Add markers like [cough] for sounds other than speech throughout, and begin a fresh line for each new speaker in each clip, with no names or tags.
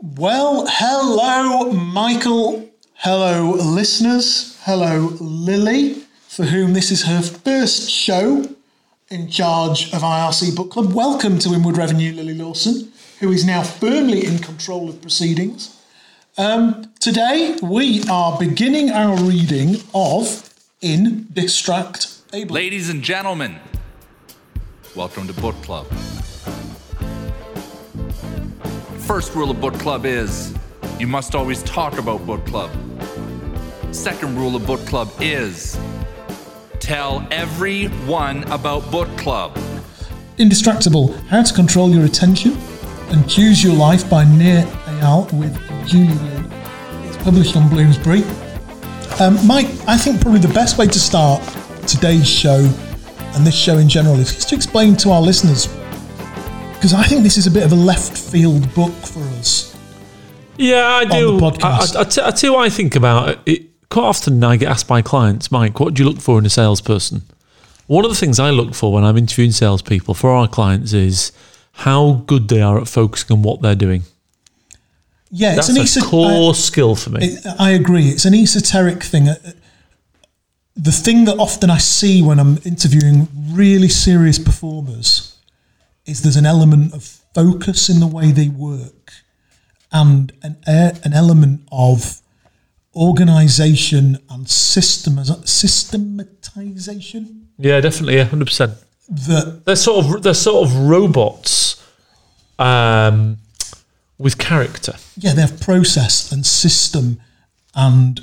Well, hello, Michael. Hello, listeners. Hello, Lily, for whom this is her first show in charge of IRC Book Club. Welcome to Inward Revenue, Lily Lawson, who is now firmly in control of proceedings. Um, today, we are beginning our reading of In Distract Able.
Ladies and gentlemen, welcome to Book Club. First rule of Book Club is you must always talk about Book Club. Second rule of Book Club is tell everyone about Book Club.
Indistractable How to Control Your Attention and Choose Your Life by Nir Ayal with Julie Liu. It's published on Bloomsbury. Um, Mike, I think probably the best way to start today's show and this show in general is just to explain to our listeners, because I think this is a bit of a left field book for us.
Yeah, I do.
the podcast.
I, I, I, t- I tell you what I think about it. it. Quite often I get asked by clients, Mike, what do you look for in a salesperson? One of the things I look for when I'm interviewing salespeople for our clients is how good they are at focusing on what they're doing.
Yeah,
That's
it's an uh,
a
esoteric.
core skill for me.
It, I agree. It's an esoteric thing. Uh, The thing that often I see when I'm interviewing really serious performers is there's an element of focus in the way they work and an, e- an element of organization and system, systematization
yeah, definitely, yeah, hundred percent.
that
They're sort of they're sort of robots, um, with character.
yeah, they have process and system and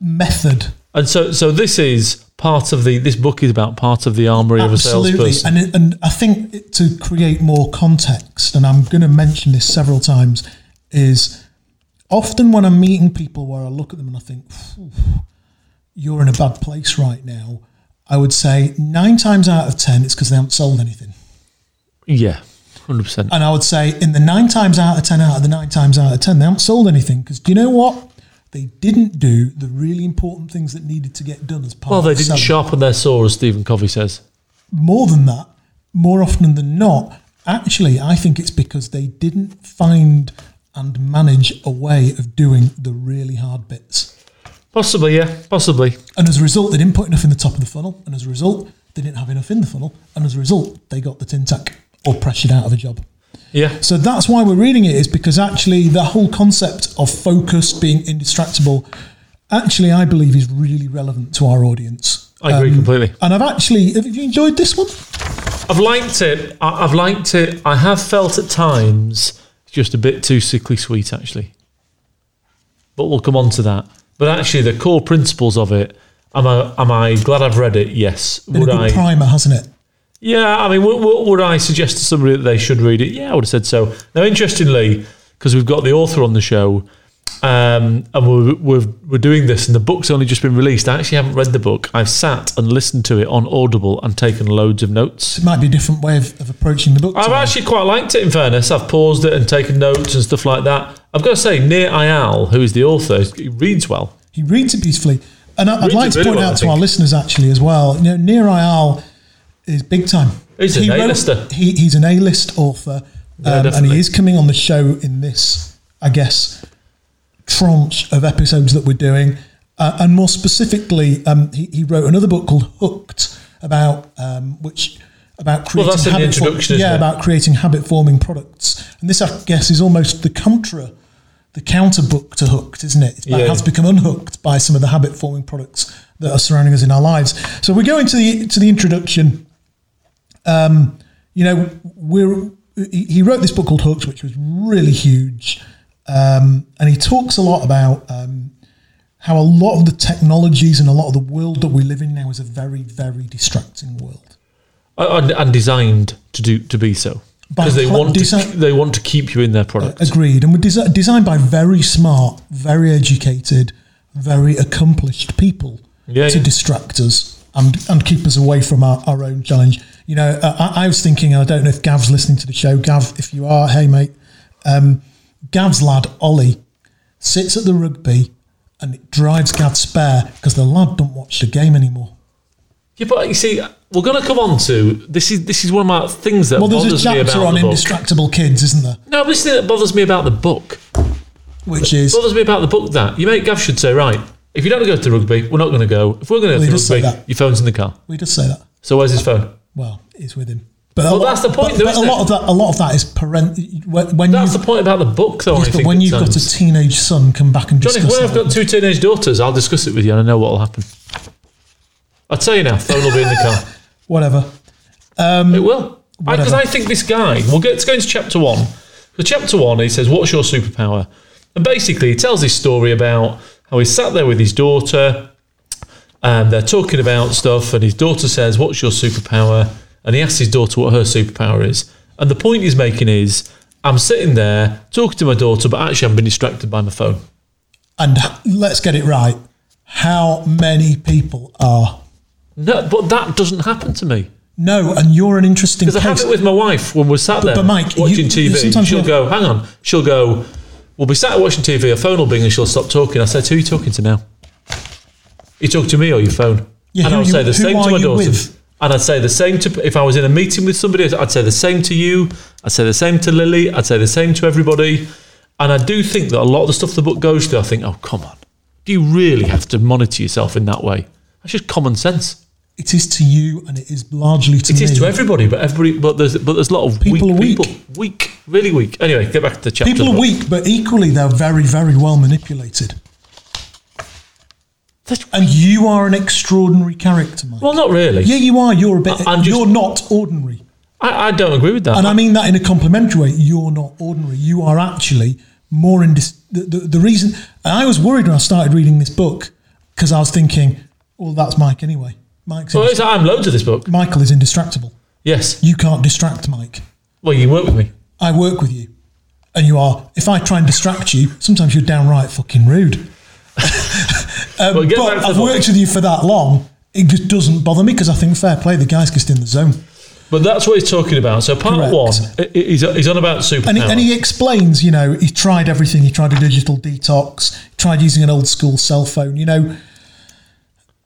method.
And so, so this is part of the. This book is about part of the armory of a
Absolutely,
salesperson.
and it- and I think it- to create more context, and I'm going to mention this several times, is often when I'm meeting people where I look at them and I think, "Phew, "You're in a bad place right now," I would say nine times out of ten it's because they haven't sold anything,
yeah, hundred percent.
and I would say in the nine times out of ten, out of the nine times out of ten, they haven't sold anything because do you know what? They didn't do the really important things that needed to get done as part.
Well, they
of
didn't
selling.
sharpen their saw, as Stephen Covey says.
more than that, more often than not, actually, I think it's because they didn't find and manage a way of doing the really hard bits.
Possibly, yeah, possibly.
And as a result, they didn't put enough in the top of the funnel. And as a result, they didn't have enough in the funnel. And as a result, they got the tin tack or pressured out of a job.
Yeah,
So that's why we're reading it, is because actually the whole concept of focus being indistractable, actually, I believe is really relevant to our audience. Um,
I agree completely.
And I've actually, have you enjoyed this one?
I've liked it. I, I've liked it. I have felt at times just a bit too sickly sweet, actually. But we'll come on to that. But actually, the core principles of it. Am I am I glad I've read it? Yes.
Been
Would
a good
I?
primer, hasn't it?
Yeah, I mean, would, would, would I suggest to somebody that they should read it? Yeah, I would have said so. Now, interestingly, because we've got the author on the show, um, and we're, we're, we're doing this, and the book's only just been released. I actually haven't read the book. I've sat and listened to it on Audible and taken loads of notes.
It might be a different way of, of approaching the book.
I've
today.
actually quite liked it, in fairness. I've paused it and taken notes and stuff like that. I've got to say, Nir Ayal, who is the author, he reads well.
he reads it beautifully, and I, I'd
Reads
like
it
to
really
point
well,
out
I
to our
think.
listeners actually as well. You know, Nir Ayal is big time.
He's an
he wrote-
A-lister.
He, he's an A-list author, um, and
definitely.
he is coming on the show in this, I guess, tranche of episodes that we're doing. Uh, and more specifically, um, he, he wrote another book called Hooked about um, which about creating
that's in the
habit form-
introduction, isn't
yeah,
it?
about creating habit forming products. And this, I guess, is almost the contra, the counter book to Hooked, isn't it? It's about
Yeah.
how to become unhooked by some of the habit forming products that are surrounding us in our lives. So we're going to the to the introduction. Um, you know, we're he he wrote this book called Hooked, which was really huge, um, and he talks a lot about um, how a lot of the technologies and a lot of the world that we live in now is a very, very distracting world.
Uh, And, and designed to do to be so
By
because they
cl-
want to,
design-
they want to keep you in their product.
Agreed. And we're desi- designed by very smart, very educated, very accomplished people
Yeah,
to
yeah.
distract us and, and keep us away from our, our own challenge. You know, I, I- I was thinking, I don't know if Gav's listening to the show. Gav, if you are, hey, mate. Um, Gav's lad, Ollie, sits at the rugby and it drives Gav spare because the lad don't watch the game anymore.
Yeah, but you see, we're going to come on to this is this is one of my things that
Well, there's a
bothers me
chapter
about
on
the book.
indestructible kids, isn't there?
No, but this thing that bothers me about the book
Which is
bothers me about the book that your mate Gav should say right. If you don't go to rugby, we're not going to go. If we're going to go
Well, he
to
does say
rugby,
that.
your phone's in the car.
we just say that.
So where's his phone?
Well, it's with him. But a
Well, that's the point,
But,
though,
but a
isn't
lot
it?
of that, a lot of that is parent. When, when
That's
you,
the point about the book, though. I
yes, but
think
when
at
you've got
times.
a teenage son, come back and
Johnny,
discuss
when I've
that.
got two teenage daughters, I'll discuss it with you and I know what'll happen. I'll tell you now, phone will be in the car.
Whatever.
It will. Because
Whatever.
I, think this guy, we'll get to go into chapter one. So, chapter one, he says, What's your superpower? And basically, he tells his story about how he sat there with his daughter and they're talking about stuff. And his daughter says, What's your superpower? And he asks his daughter what her superpower is. And the point he's making is, I'm sitting there talking to my daughter, but actually, I'm being distracted by my phone.
And let's get it right. How many people are?
No, but that doesn't happen to me.
No, and you're an interesting
Because I have
case.
it with my wife when we're sat there
but Mike, you-
watching
you
TV.
sometimes
She'll
have-
go, hang on. She'll go, we'll be sat watching TV, her phone will bing and she'll stop talking. I said, who are you talking to now? You talk to me or your phone?
Yeah,
and
who
I would
you-
say the
who
same
are
to my
you
daughter.
with?
And I'd say the same to, if I was in a meeting with somebody, I'd say the same to you. I'd say the same to Lily. I'd say the same to everybody. And I do think that a lot of the stuff the book goes to, I think, oh, come on. Do you really have to monitor yourself in that way? That's just common sense.
it is to you, and it is largely to
It
me.
is to everybody, but everybody, but there's but there's a lot of
People
weak,
are weak.
people, weak, really weak. Anyway, get back to the chapter.
People are weak, but equally they're very, very well manipulated.
That's-
And you are an extraordinary character, Mike.
Well, not really.
yeah, you are. You're a bit.
I- I'm just-
you're not ordinary,
I, I don't agree with that.
and I mean that in a complimentary way. You're not ordinary. You are actually more in dis- the, the the reason. And I was worried when I started reading this book because I was thinking, well, that's Mike anyway. Mike's
well,
indist-
it's, I'm loads of this book.
Michael is indistractable.
Yes.
You can't distract Mike.
Well, you work with me.
I work with you, and you are. If I try and distract you, sometimes you're downright fucking rude. [laughs] um,
Well, get
but
back to the
I've
book.
worked with you for that long. It just doesn't bother me because I think fair play. The guy's just in the zone,
But that's what he's talking about. So part
Correct.
one, i- i- he's, he's on about superpower.
and he, and he explains. You know, he tried everything. He tried a digital detox. Tried using an old school cell phone. You know,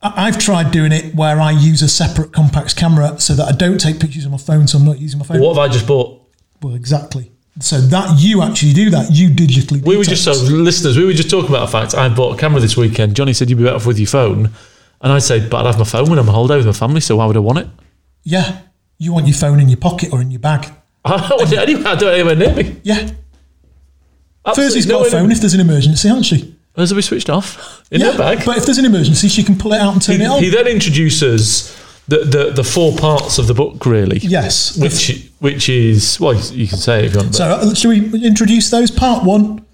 I- I've tried doing it where I use a separate compact camera so that I don't take pictures on my phone, so I'm not using my phone.
what have I just bought?
Well, exactly. So that you actually do that. You digitally.
We were just so
detox.
listeners. We were just talking about the fact I bought a camera this weekend. Johnny said you'd be better off with your phone, and I said, but I'd have my phone when I'm on holiday with my family. So why would I want it? [laughs]
Yeah. You want your phone in your pocket or in your bag.
I don't want it anywhere. I don't want it anywhere near me.
Yeah.
Absolutely
Thursday's got a
nowhere near
phone
me.
if there's an emergency, hasn't she?
Hers will be switched off in
yeah.
her bag.
But if there's an emergency, she can pull it out and turn it on.
he then introduces the, the, the four parts of the book, really.
yes.
Which which is well, you can say it if you want.
so
but
uh, should we introduce those? Part one.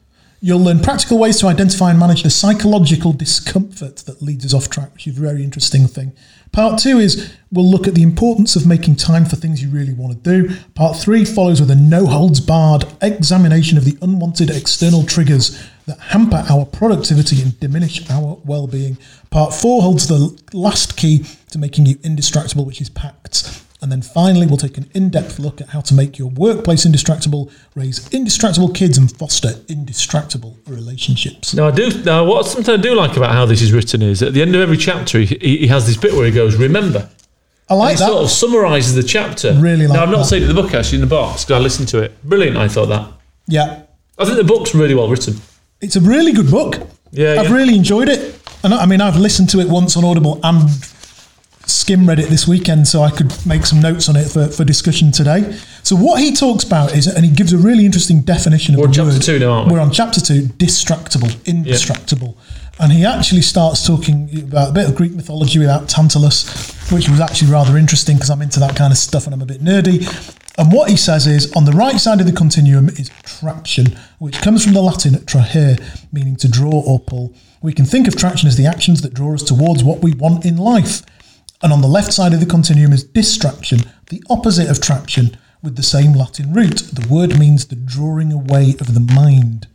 You'll learn practical ways to identify and manage the psychological discomfort that leads us off track, which is a very interesting thing. Part two is we'll look at the importance of making time for things you really want to do. Part three follows with a no holds barred examination of the unwanted external triggers that hamper our productivity and diminish our well being. Part four holds the last key to making you indistractable, which is pacts. And then finally, we'll take an in depth look at how to make your workplace indistractable, raise indistractable kids, and foster indistractable relationships.
now I do now what something I do like about how this is written is at the end of every chapter he, he he has this bit where he goes remember
I like
he sort of
that.
summarises the chapter.
Really like
now I've not
that.
seen it in the book actually in the box because I listened to it. Brilliant, I thought that.
Yeah.
I think the book's really well written.
It's a really good book.
Yeah,
I've
yeah.
really enjoyed it. And I I mean, I've listened to it once on Audible and skim read it this weekend so I could make some notes on it for, for discussion today. So, what he talks about is, and he gives a really interesting definition of
We're on
the
chapter
word.
two now, aren't we?
We're on chapter two, distractable, indistractable. And he actually starts talking about a bit of Greek mythology about Tantalus, which was actually rather interesting because I'm into that kind of stuff and I'm a bit nerdy. And what he says is on the right side of the continuum is traction, which comes from the Latin trahere, meaning to draw or pull. We can think of traction as the actions that draw us towards what we want in life. And on the left side of the continuum is distraction, the opposite of traction, with the same Latin root. The word means the drawing away of the mind.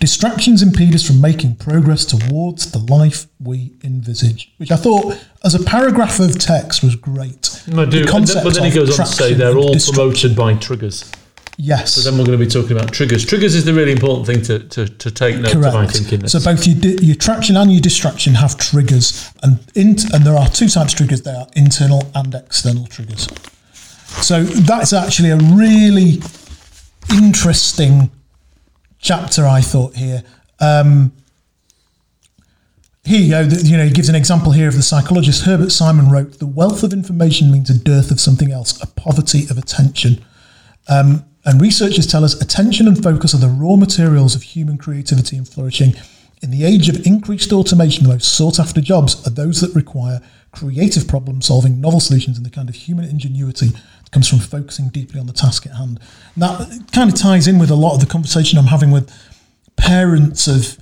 Distractions impede us from making progress towards the life we envisage, which I thought, as a paragraph of text, was great.
I do.
The
And then-
concept
but then he
of
goes on to
traction
say they're
and
all
distra-
promoted by triggers.
Yes.
Then we're going to be talking about triggers. Triggers is the really important thing to, to, to take note of, I
Correct.
think, in this.
So both your, di- your traction and your distraction have triggers, and in, and there are two types of triggers. They are internal and external triggers. So that's actually a really interesting chapter, I thought here. Um, here you go. the- You know, he gives an example here of the psychologist Herbert Simon wrote: "The wealth of information means a dearth of something else, a poverty of attention." And researchers tell us attention and focus are the raw materials of human creativity and flourishing. In the age of increased automation, the most sought after jobs are those that require creative problem solving, novel solutions, and the kind of human ingenuity that comes from focusing deeply on the task at hand. And that kind of ties in with a lot of the conversation I'm having with parents of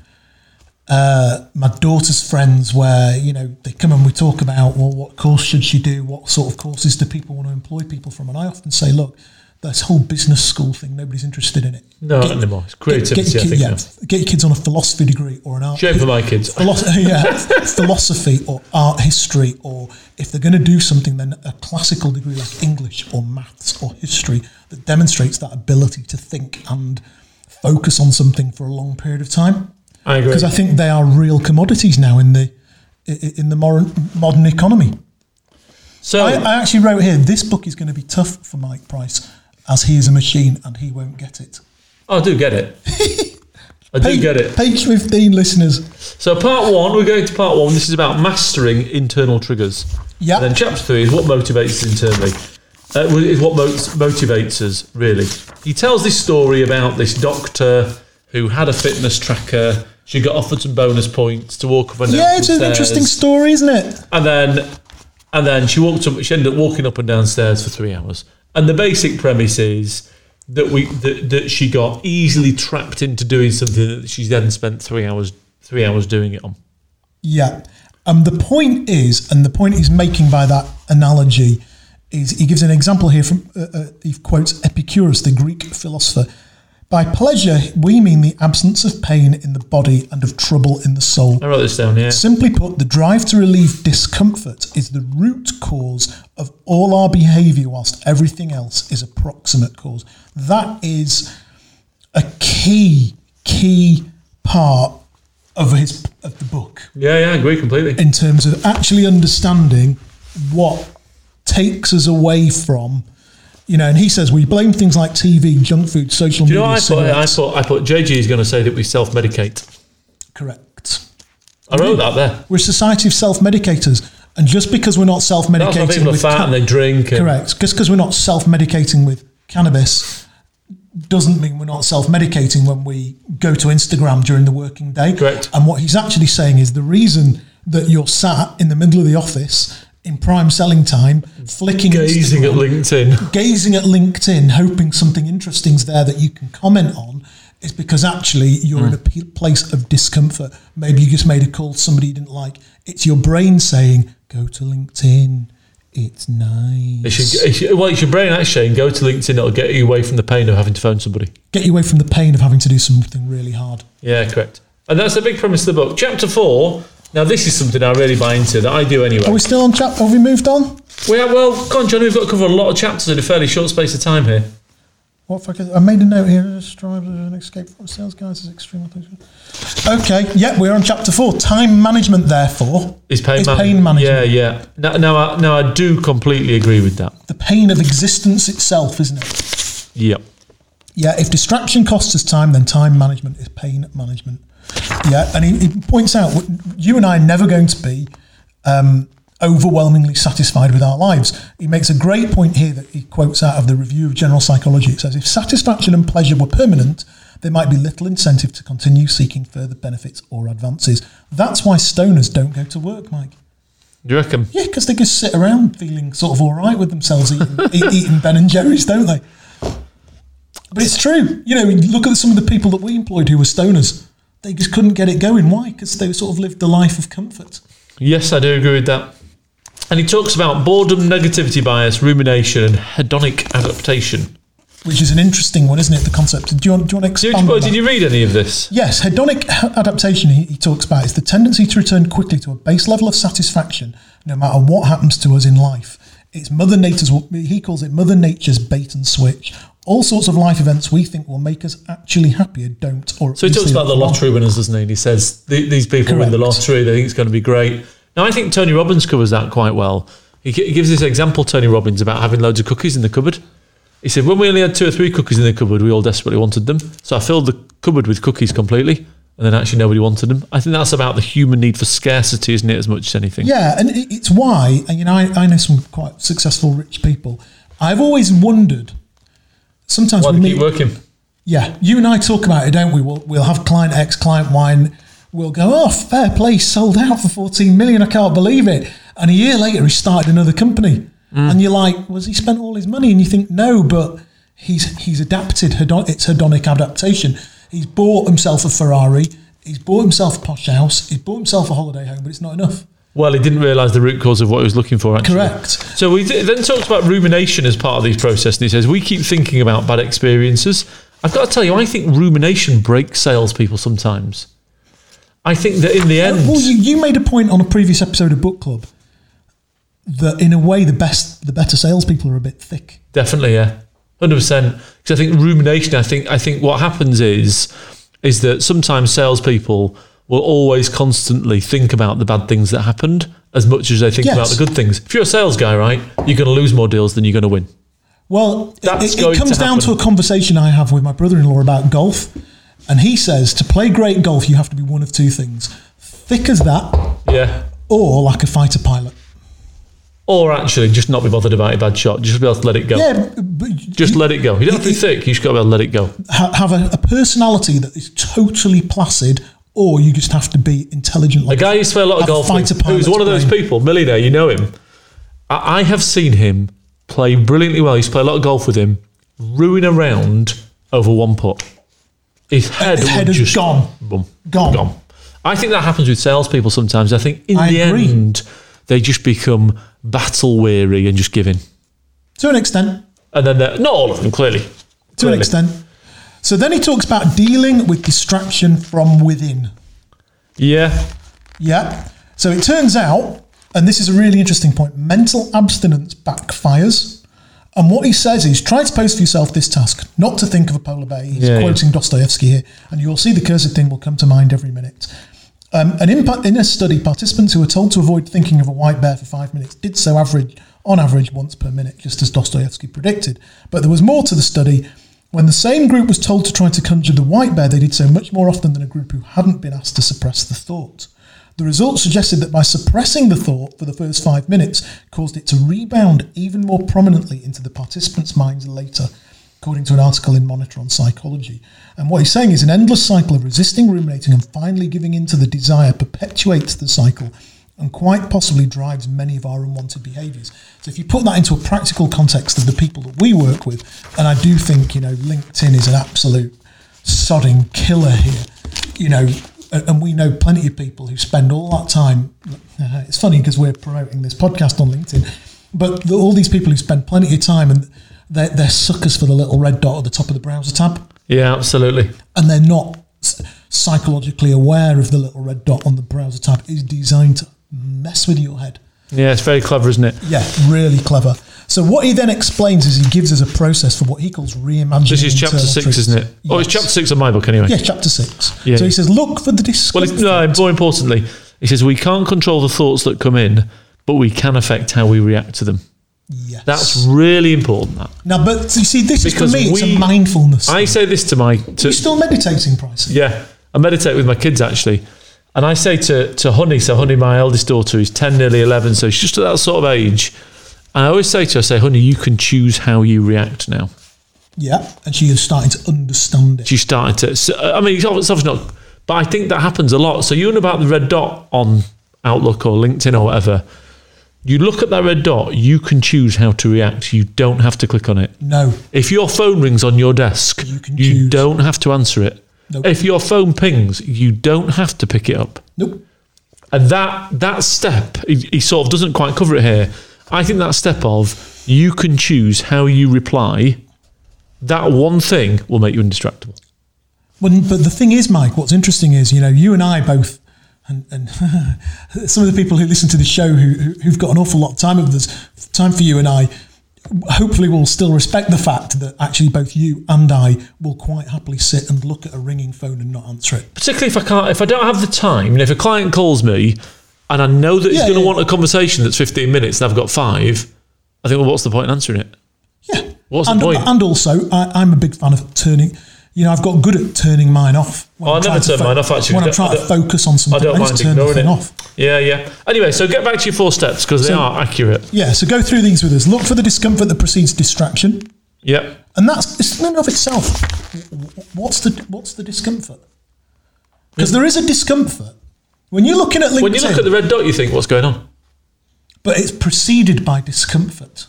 uh, my daughter's friends, where you know they come and we talk about well, what course should she do? What sort of courses do people want to employ people from? And I often say, look, this whole business school thing, nobody's interested in it.
no, not anymore. It's
Get,
creativity,
your kid-
I think.
yeah,
now.
get your kids on a philosophy degree or an art.
Shame for my kids.
philosophy, [laughs] yeah, philosophy or art history, or if they're going to do something, then a classical degree like English or maths or history that demonstrates that ability to think and focus on something for a long period of time.
I agree.
Because I think they are real commodities now in the i- i- in the modern, modern economy.
so,
I, I actually wrote here: this book is going to be tough for Mike Price, as he is a machine and he won't get it.
Oh, I do
[laughs]
get it. I do
Page,
get it.
Page fifteen, listeners.
So, part one, we're going to part one. This is about mastering internal triggers.
Yeah.
And then, chapter three is what motivates us internally. Uh, well, is what mo- motivates us, really. He tells this story about this doctor who had a fitness tracker. She got offered some bonus points to walk up and down.
yeah,
some
it's an interesting
stairs.
story, isn't it?
and then and then she walked up. She ended up walking up and downstairs for three hours. And the basic premise is that we that, that she got easily trapped into doing something that she's then spent three hours three hours doing it on.
Yeah. Um, the point is, and the point he's making by that analogy is he gives an example here from, uh, uh, he quotes Epicurus, the Greek philosopher. By pleasure, we mean the absence of pain in the body and of trouble in the soul.
I wrote this down here.
Simply put, the drive to relieve discomfort is the root cause of all our behaviour, whilst everything else is a proximate cause. That is a key, key part of his of the book
Yeah, yeah, I agree completely.
in terms of actually understanding what takes us away from, you know. And he says we blame things like TV, junk food, social
You know,
media.
what I thought I
cigarettes.
thought I thought JG is going to say that we self medicate.
Correct.
I wrote that there.
We're a society of self-medicators, and just because we're not
That's why
self-medicating
people are
with
fat
ca-
and they drink. And,
correct, just because we're not self-medicating with cannabis doesn't mean we're not self-medicating when we go to Instagram during the working day.
Correct.
And what he's actually saying is the reason that you're sat in the middle of the office in prime selling time, flicking
Gazing
Instagram,
at LinkedIn.
gazing at LinkedIn, hoping something interesting's there that you can comment on, is because actually you're
Hmm.
in a p- place of discomfort. Maybe you just made a call to somebody you didn't like. It's your brain saying, "Go to LinkedIn. It's nice.
It should, it should, well, it's your brain actually, and go to LinkedIn. It'll get you away from the pain of having to phone somebody.
Get you away from the pain of having to do something really hard."
Yeah, correct. And that's the big premise of the book. Chapter four. Now, this is something I really buy into that I do anyway.
Are we still on chapter? Have we moved on?
We have, well, go on, John. We've got to cover a lot of chapters in a fairly short space of time here.
What if I, could- I made a note here. Strive an escape from sales guys is extremely. Okay. Yeah, we're on chapter four. Time management. Therefore,
Is pain,
Is
man-
pain management.
Yeah, yeah. No, no, I, no, I do completely agree with that.
the pain of existence itself, isn't it?
Yep.
Yeah, if distraction costs us time, then time management is pain management. Yeah, and he, he points out w- you and I are never going to be um, overwhelmingly satisfied with our lives. He makes a great point here that he quotes out of the Review of General Psychology. It says if satisfaction and pleasure were permanent, there might be little incentive to continue seeking further benefits or advances. That's why stoners don't go to work, Mike.
Do you reckon?
Yeah, because they just sit around feeling sort of all right with themselves
[laughs]
eating, e- eating Ben and Jerry's, don't they? But it's true. You know, look at some of the people that we employed who were stoners. They just couldn't get it going. Why? Because they sort of lived the life of comfort.
Yes, I do agree with that. And he talks about boredom, negativity bias, rumination, and hedonic adaptation.
Which is an interesting one, isn't it? The concept. Do you want, do you want to
Did
expand?
you,
on
well,
that?
did you read any of this?
Yes, hedonic h- adaptation he, he talks about is the tendency to return quickly to a base level of satisfaction no matter what happens to us in life. It's Mother Nature's, he calls it Mother Nature's bait and switch. All sorts of life events we think will make us actually happier don't. Or at
So he
least they
talks about the
aren't.
lottery winners, doesn't he? And he says "The- these people win the
Correct.
lottery; they think it's going to be great. Now, I think Tony Robbins covers that quite well. He gi- he gives this example, Tony Robbins, about having loads of cookies in the cupboard. He said, "When we only had two or three cookies in the cupboard, we all desperately wanted them. So I filled the cupboard with cookies completely, and then actually nobody wanted them. I think that's about the human need for scarcity, isn't it? As much as anything.
Yeah, and it- it's why, and you know, I, I know some quite successful rich people. I've always wondered. Sometimes
Why
we
do you
meet,
keep working?
yeah, you and I talk about it, don't we? We'll, we'll have client X, client Y, and we'll go, oh, fair play, sold out for 14 million. I can't believe it. And a year later, he started another company. And you're like, was he spent all his money? And you think, no, but he's he's adapted. Hedon- it's hedonic adaptation. He's bought himself a Ferrari. He's bought himself a posh house. He's bought himself a holiday home, but it's not enough.
Well, he didn't realise the root cause of what he was looking for. Actually.
Correct.
So he th- then talks about rumination as part of these process, and he says we keep thinking about bad experiences. I've got to tell you, I think rumination breaks salespeople sometimes. I think that in the end,
Well, you, you made a point on a previous episode of Book Club that, in a way, the best, the better salespeople are a bit thick.
Definitely, yeah, hundred percent. Because I think rumination. I think I think what happens is is that sometimes salespeople will always constantly think about the bad things that happened as much as they think
Yes.
about the good things. If you're a sales guy, right, you're going to lose more deals than you're going to win.
Well, it-
That's
it, it
going
comes
to
down to a
happen.
conversation I have with my brother-in-law about golf, and he says to play great golf, you have to be one of two things: thick as that,
Yeah.
or like a fighter pilot.
Or actually, just not be bothered about a bad shot. Just be able to let it go.
Yeah, but
Just
you
let it go. You don't have to be thick. You just got to be able to let it go.
ha- have a, a personality that is totally placid, or you just have to be intelligent.
A
Like
guy who used to play a lot of
A
golf
fighter
with, who's
pilot's
one of those
brain.
people, millionaire, you know him. I, I have seen him play brilliantly well. I used to play a lot of golf with him, ruin a round over one putt. His head,
his head
would
is
just
gone.
boom,
Gone.
I think that happens with salespeople sometimes. I think in
I
the
agree.
end, they just become battle weary and just give in.
to an extent,
And then they're not all of them, clearly.
to an
Clearly.
extent. So then he talks about dealing with distraction from within.
Yeah.
Yeah. So it turns out, and this is a really interesting point, mental abstinence backfires. And what he says is try to pose for yourself this task, not to think of a polar bear. He's
Yeah, yeah.
quoting Dostoevsky here, and you'll see the cursed thing will come to mind every minute. Um, an impact in a study, participants who were told to avoid thinking of a white bear for five minutes did so average on average once per minute, just as Dostoevsky predicted. But there was more to the study. When the same group was told to try to conjure the white bear, they did so much more often than a group who hadn't been asked to suppress the thought. The results suggested that by suppressing the thought for the first five minutes caused it to rebound even more prominently into the participants' minds later according to an article in Monitor on Psychology. And what he's saying is an endless cycle of resisting, ruminating, and finally giving in to the desire perpetuates the cycle and quite possibly drives many of our unwanted behaviours. So if you put that into a practical context of the people that we work with, and I do think, you know, LinkedIn is an absolute sodding killer here, you know, a- and we know plenty of people who spend all that time. [laughs] It's funny because we're promoting this podcast on LinkedIn, but the, all these people who spend plenty of time and they're, they're suckers for the little red dot at the top of the browser tab,
Yeah, absolutely.
and they're not s- psychologically aware of the little red dot on the browser tab is designed to mess with your head.
Yeah, it's very clever, isn't it?
Yeah, really clever. So what he then explains is he gives us a process for what he calls reimagining.
This is chapter
internal
six,
truths.
isn't it? Oh, it's
Yes.
chapter six of my book, anyway.
Yeah, chapter six.
Yeah,
so he
yeah.
says, look for the
Well,
discomfort.
it's, uh, no, more importantly, he says we can't control the thoughts that come in, but we can affect how we react to them.
yes.
That's really important. That
now, but you see, this is for
Because
me. It's
we-
a mindfulness.
I say this to my to,
You're still meditating, Price.
yeah. I meditate with my kids actually, and I say to to Honey, so Honey, my eldest daughter, who's ten, nearly eleven, so she's just at that sort of age. And I always say to her, I say, Honey, you can choose how you react now.
Yeah, and she is starting to understand it.
She's starting to. So, uh, I mean, it's obviously not, but I think that happens a lot. So you and about the red dot on Outlook or LinkedIn or whatever. You look at that red dot, you can choose how to react. You don't have to click on it.
No,
If your phone rings on your desk,
You
you,
can choose.
don't have to answer it.
Nope.
If your phone pings, you don't have to pick it up.
nope.
And that that step, he, he sort of doesn't quite cover it here. I think that step of you can choose how you reply. That one thing will make you indistractable.
Well, but the thing is, Mike, what's interesting is, you know, you and I both, and, and [laughs] some of the people who listen to the show who, who, who've got an awful lot of time of this time for you and I, hopefully will still respect the fact that actually both you and I will quite happily sit and look at a ringing phone and not answer it.
particularly if I can't, if I don't have the time, and if a client calls me and I know that he's
Yeah,
going to
yeah.
want a conversation that's 15 minutes and I've got five, I think, well, what's the point in answering it?
Yeah.
What's the
and,
point?
and also, I, I'm a big fan of turning. You know, I've got good at turning mine off. When
Oh, I
I'm
never
trying to
turn mine off, actually.
When
I
I'm
don't-
trying
I
to
don't-
focus on something,
I don't mind
just turn the
ignoring
thing
it.
off.
Yeah, yeah. Anyway, so get back to your four steps because they
So-
are accurate.
Yeah, so go through these with us. Look for the discomfort that precedes distraction,
Yep.
and that's it's in and of itself. What's the what's the discomfort? Because there is a discomfort when you're looking at LinkedIn,
When you look at the red dot, you think, what's going on?
but it's preceded by discomfort.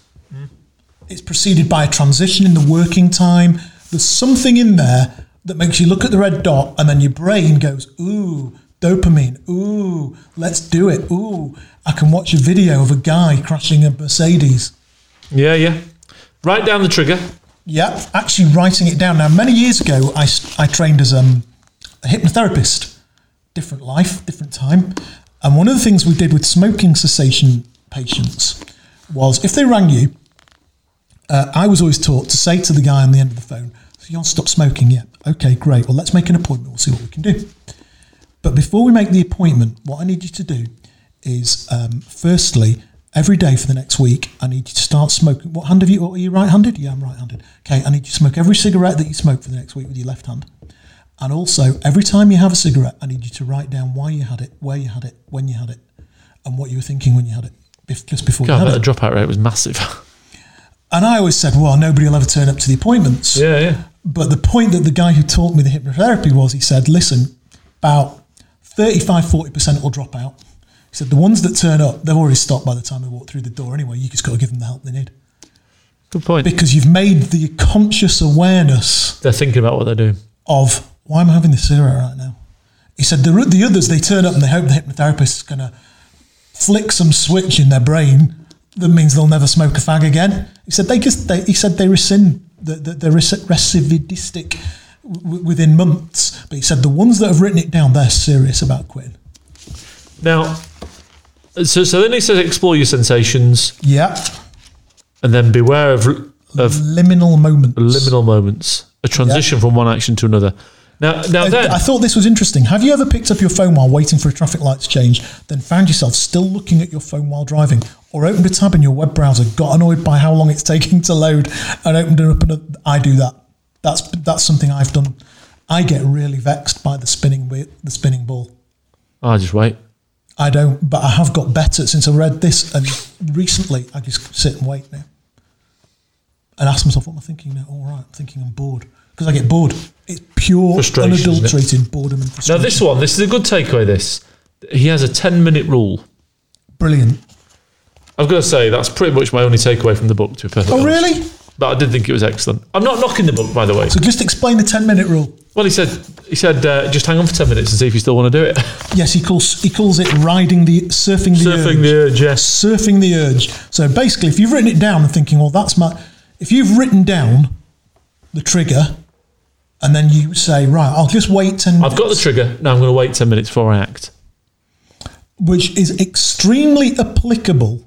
It's preceded by a transition in the working time. There's something in there that makes you look at the red dot, and then your brain goes, "Ooh, dopamine. Ooh, let's do it. Ooh, I can watch a video of a guy crashing a Mercedes."
Yeah, yeah. Write down the trigger.
Yeah, actually writing it down. Now, many years ago, I, s- I trained as um, a hypnotherapist. Different life, different time. And one of the things we did with smoking cessation patients was if they rang you, uh, I was always taught to say to the guy on the end of the phone, so you want to stop smoking? Yeah. Okay, great. Well, let's make an appointment. We'll see what we can do. But before we make the appointment, what I need you to do is um, firstly, every day for the next week, I need you to start smoking. What hand have you? Are you right handed? Yeah, I'm right handed. Okay, I need you to smoke every cigarette that you smoke for the next week with your left hand. And also, every time you have a cigarette, I need you to write down why you had it, where you had it, when you had it, and what you were thinking when you had it, bef- just before
God,
you
that
had it.
dropout rate
[laughs]
was massive.
And I always said, well, nobody will ever turn up to the appointments.
yeah, yeah.
But the point that the guy who taught me the hypnotherapy was he said, listen, about 35, 40% will drop out. He said, the ones that turn up, they've already stopped by the time they walk through the door anyway. You just got to give them the help they need
Good point.
because you've made the conscious awareness
They're thinking about what they're doing.
of why am I having this cigarette right now? He said, the, the others, they turn up and they hope the hypnotherapist is going to flick some switch in their brain that means they'll never smoke a fag again. He said, they just, they, he said, they rescind, that that they're reci- recidivistic w- within months. But he said, the ones that have written it down, they're serious about quitting.
Now, so, so then he says explore your sensations
Yeah.
and then beware of, of
Liminal moments.
liminal moments, a transition from one action to another. Now, now then,
I, I thought this was interesting. Have you ever picked up your phone while waiting for a traffic light to change, then found yourself still looking at your phone while driving, or opened a tab in your web browser, got annoyed by how long it's [laughs] taking to load, and opened it up? And I do that. That's that's something I've done. I get really vexed by the spinning wi- the spinning ball.
I Ah, just wait.
I don't, but I have got better since I read this, and recently I just sit and wait now, and ask myself what am I thinking now? All right, I'm thinking I'm bored because I get bored. It's pure,
Frustration, isn't it?
unadulterated boredom and
Now
frustration.
this one, this is a good takeaway. This he has a ten-minute rule.
Brilliant.
I've got to say that's pretty much my only takeaway from the book. To be perfectly
Oh,
honest.
really?
But I did think it was excellent. I'm not knocking the book, by the way.
So just explain the 10 minute rule.
Well, he said he said uh, just hang on for ten minutes and see if you still want to do it. [laughs]
Yes, he calls he calls it riding the surfing the
Surfing
urge.
the urge, yes.
Surfing the urge. So basically, if you've written it down and thinking, well, that's my. If you've written down the trigger, and then you say, right, I'll just wait 10
I've got the trigger. Now I'm going to wait ten minutes before I act.
which is extremely applicable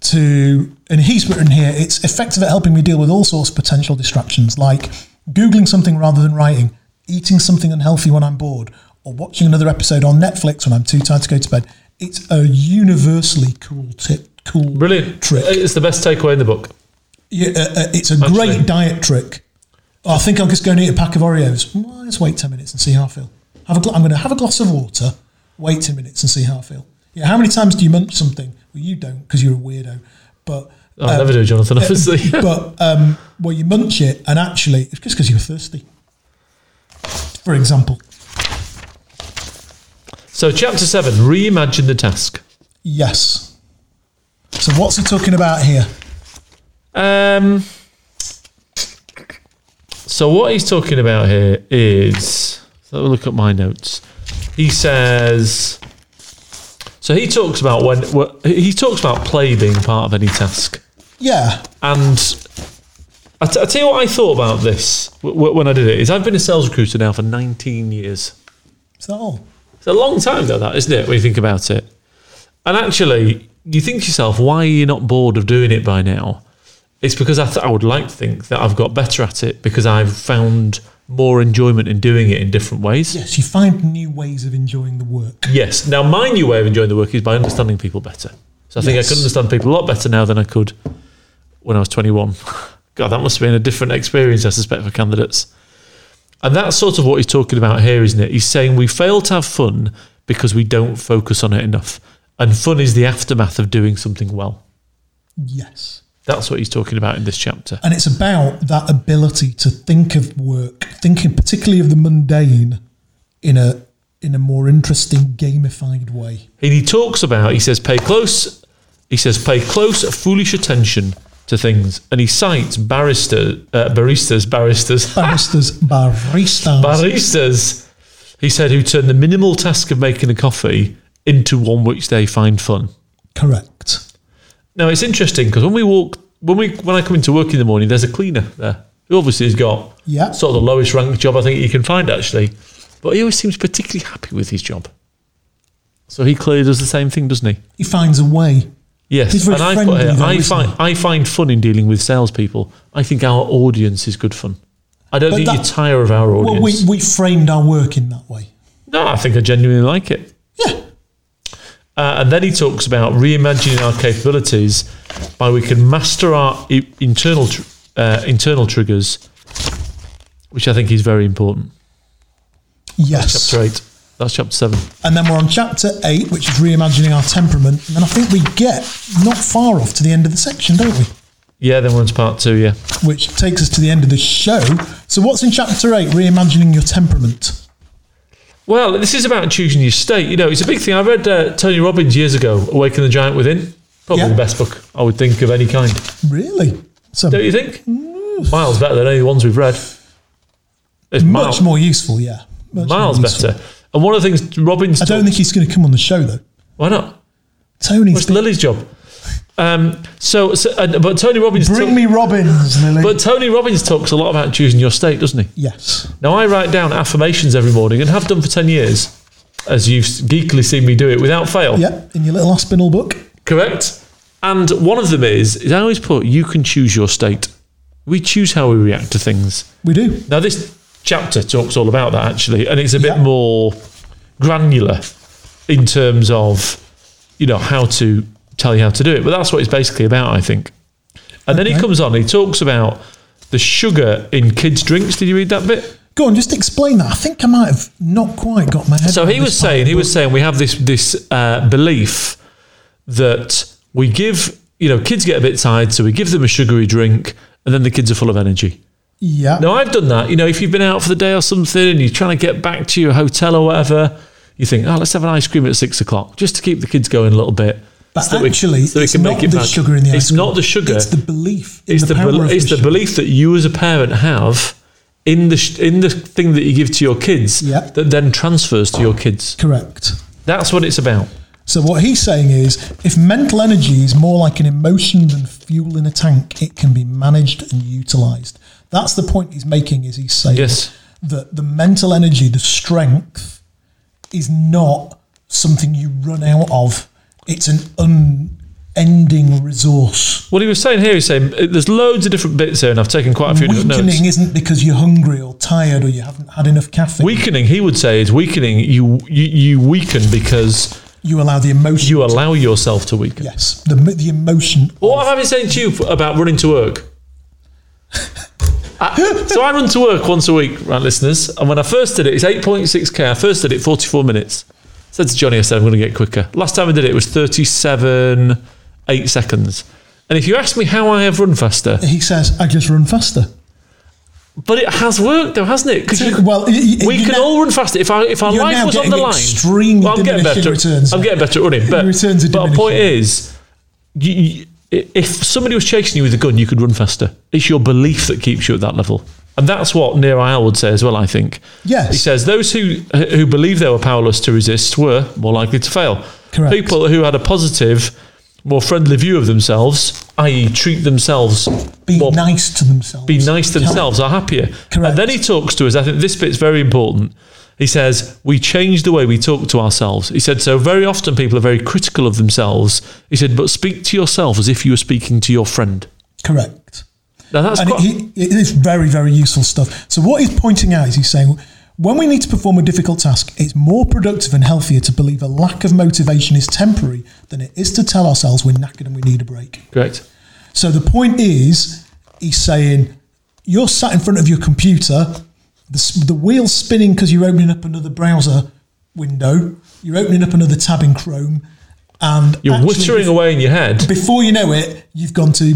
to, and he's written here, it's effective at helping me deal with all sorts of potential distractions, like Googling something rather than writing, eating something unhealthy when I'm bored, or watching another episode on Netflix when I'm too tired to go to bed. It's a universally cool tip, cool
Brilliant.
trick.
It's the best takeaway in the book.
Yeah, uh, uh, it's a
Actually-
great diet trick. I think I'm just going to eat a pack of Oreos. Well, let's wait 10 minutes and see how I feel. Have a gl- I'm going to have a glass of water, wait 10 minutes and see how I feel. Yeah, how many times do you munch something? Well, you don't because you're a weirdo. But, um,
I never do, Jonathan.
[laughs]
Obviously.
but um, well, you munch it and actually, it's just because you're thirsty. For example,
so chapter seven: reimagine the task.
yes. So what's he talking about here?
Um. So what he's talking about here is let me look at my notes. He says. So he talks about when wh- he talks about play being part of any task,
Yeah,
and I, t- I tell you what I thought about this w- w- when I did it is I've been a sales recruiter now for 19 years.
is that all?
It's a long time though, that isn't it? When you think about it, and actually, you think to yourself, why are you not bored of doing it by now? it's because I, th- I would like to think that I've got better at it because I've found more enjoyment in doing it in different ways.
Yes, you find new ways of enjoying the work.
Yes. Now, my new way of enjoying the work is by understanding people better. So I think
Yes.
I can understand people a lot better now than I could when I was 21. [laughs] God, that must have been a different experience, I suspect, for candidates. And that's sort of what he's talking about here, isn't it? He's saying we fail to have fun because we don't focus on it enough. And fun is the aftermath of doing something well.
Yes.
That's what he's talking about in this chapter.
And it's about that ability to think of work, thinking particularly of the mundane in a in a more interesting gamified way.
And he talks about, he says, pay close, he says, pay close, foolish attention to things. And he cites barrister, uh, baristas, barristers,
Barristers, baristas.
baristas, he said, who turn the minimal task of making a coffee into one which they find fun.
Correct.
Now it's interesting because when we walk, when we when I come into work in the morning, there's a cleaner there who obviously has got
Yeah.
sort of the lowest ranked job I think you can find actually, but he always seems particularly happy with his job. So he clearly does the same thing, doesn't he?
He finds a way.
Yes,
He's very
and I,
friendly
put here,
though,
I
isn't
find I find fun in dealing with salespeople. I think our audience is good fun. I don't
But
think you
that-
tire of our audience.
Well, we, we framed our work in that way.
No, I think I genuinely like it. Yeah. Uh, and then he talks about reimagining our capabilities by we can master our i- internal tr- uh, internal triggers, which I think is very important.
Yes.
Chapter eight. That's chapter seven.
And then we're on chapter eight, which is reimagining our temperament. And then I think we get not far off to the end of the section, don't we?
Yeah, then we're on to part two. Yeah.
Which takes us to the end of the show. So, what's in chapter eight? Reimagining your temperament.
Well, this is about choosing your state. You know, it's a big thing. I read uh, Tony Robbins years ago, "Awaken the Giant Within." Probably
Yeah.
the best book I would think of any kind.
Really? So,
Don't you think? Miles better than any of the ones we've read. It's
Mm. much more useful, yeah. Much more
miles
useful.
better. And one of the things Robbins,
I don't
talk-
think he's going to come on the show, though.
why not?
Tony's.
It's Lily's job. Um, so, so uh, but Tony Robbins,
Bring
talk-
me Robbins, Lily.
but Tony Robbins talks a lot about choosing your state, doesn't he?
yes.
Now I write down affirmations every morning and have done for ten years, as you've geekily seen me do it without fail.
Yeah, in your little Aspinall book.
Correct. And one of them is, is I always put, you can choose your state. We choose how we react to things.
We do.
Now, this chapter talks all about that actually, and it's a bit
Yeah.
more granular in terms of you know how to tell you how to do it. But that's what it's basically about, I think. And then he
Okay.
comes on. He talks about the sugar in kids' drinks. Did you read that bit?
Go on, just explain that. I think I might have not quite got my head.
So
around
he
this
was saying,
part,
he was saying, we have this this uh, belief that we give, you know, kids get a bit tired, so we give them a sugary drink, and then the kids are full of energy.
but- Yeah.
Now I've done that. You know, if you've been out for the day or something, and you're trying to get back to your hotel or whatever, you think, oh, let's have an ice cream at six o'clock, just to keep the kids going a little bit.
But
that we-
actually,
so we
it's
can
not
make it
the
back.
sugar in the
It's
ice cream.
not the sugar.
It's the belief. In
It's
the,
the,
power
bel
of
it's
the
the belief that you as a parent have in the sh- in the thing that you give to your kids
Yeah.
that then transfers to your kids.
Correct.
That's what it's about.
So what he's saying is, if mental energy is more like an emotion than fuel in a tank, it can be managed and utilized. That's the point he's making. Is he's saying
Yes.
that the mental energy, the strength, is not something you run out of. It's an unending resource.
What he was saying here, he's saying uh, there's loads of different bits here, and I've taken quite a few different notes.
Weakening isn't because you're hungry or tired or you haven't had enough caffeine.
Weakening, he would say, is weakening. You, you you weaken because
you allow the emotion.
you allow yourself to weaken.
yes, the the emotion.
What have I been saying to you about running to work? I- so I run to work once a week, right, listeners. And when I first did it, it's 8.6k. I first did it 44 minutes. said to Johnny, I said, I'm going to get quicker. Last time I did it, it was 37, 8 seconds. And if you ask me how I have run faster,
He says, "I just run faster."
but it has worked though, hasn't it? 'Cause you-
Well, y- y-
we
you
can
know-
all run faster. If our if our
You're
life
now
was on
getting
the line,
extremely
well, I'm getting
diminishing
better.
returns.
I'm getting better at running. But,
returns are
but my point
diminishing.
is, you, you, i- if somebody was chasing you with a gun, you could run faster. It's your belief that keeps you at that level, and that's what Neil Ayal would say as well. I think.
Yes.
He says those who who believe they were powerless to resist were more likely to fail.
Correct.
People who had a positive, more friendly view of themselves, i.e., treat themselves
Be
more
nice to themselves.
be nice to themselves, are happier.
Correct.
And then he talks to us. I think this bit's very important. He says, We change the way we talk to ourselves. He said, So very often people are very critical of themselves. He said, But speak to yourself as if you were speaking to your friend.
Correct.
Now that's
and
quite,
it, he, it is very, very useful stuff. So what he's pointing out is he's saying, when we need to perform a difficult task, it's more productive and healthier to believe a lack of motivation is temporary than it is to tell ourselves we're knackered and we need a break.
correct.
So the point is, he's saying, you're sat in front of your computer, the, s- the wheel's spinning because you're opening up another browser window, you're opening up another tab in Chrome, and
You're
actually-
whittering away in your head.
Before you know it, you've gone to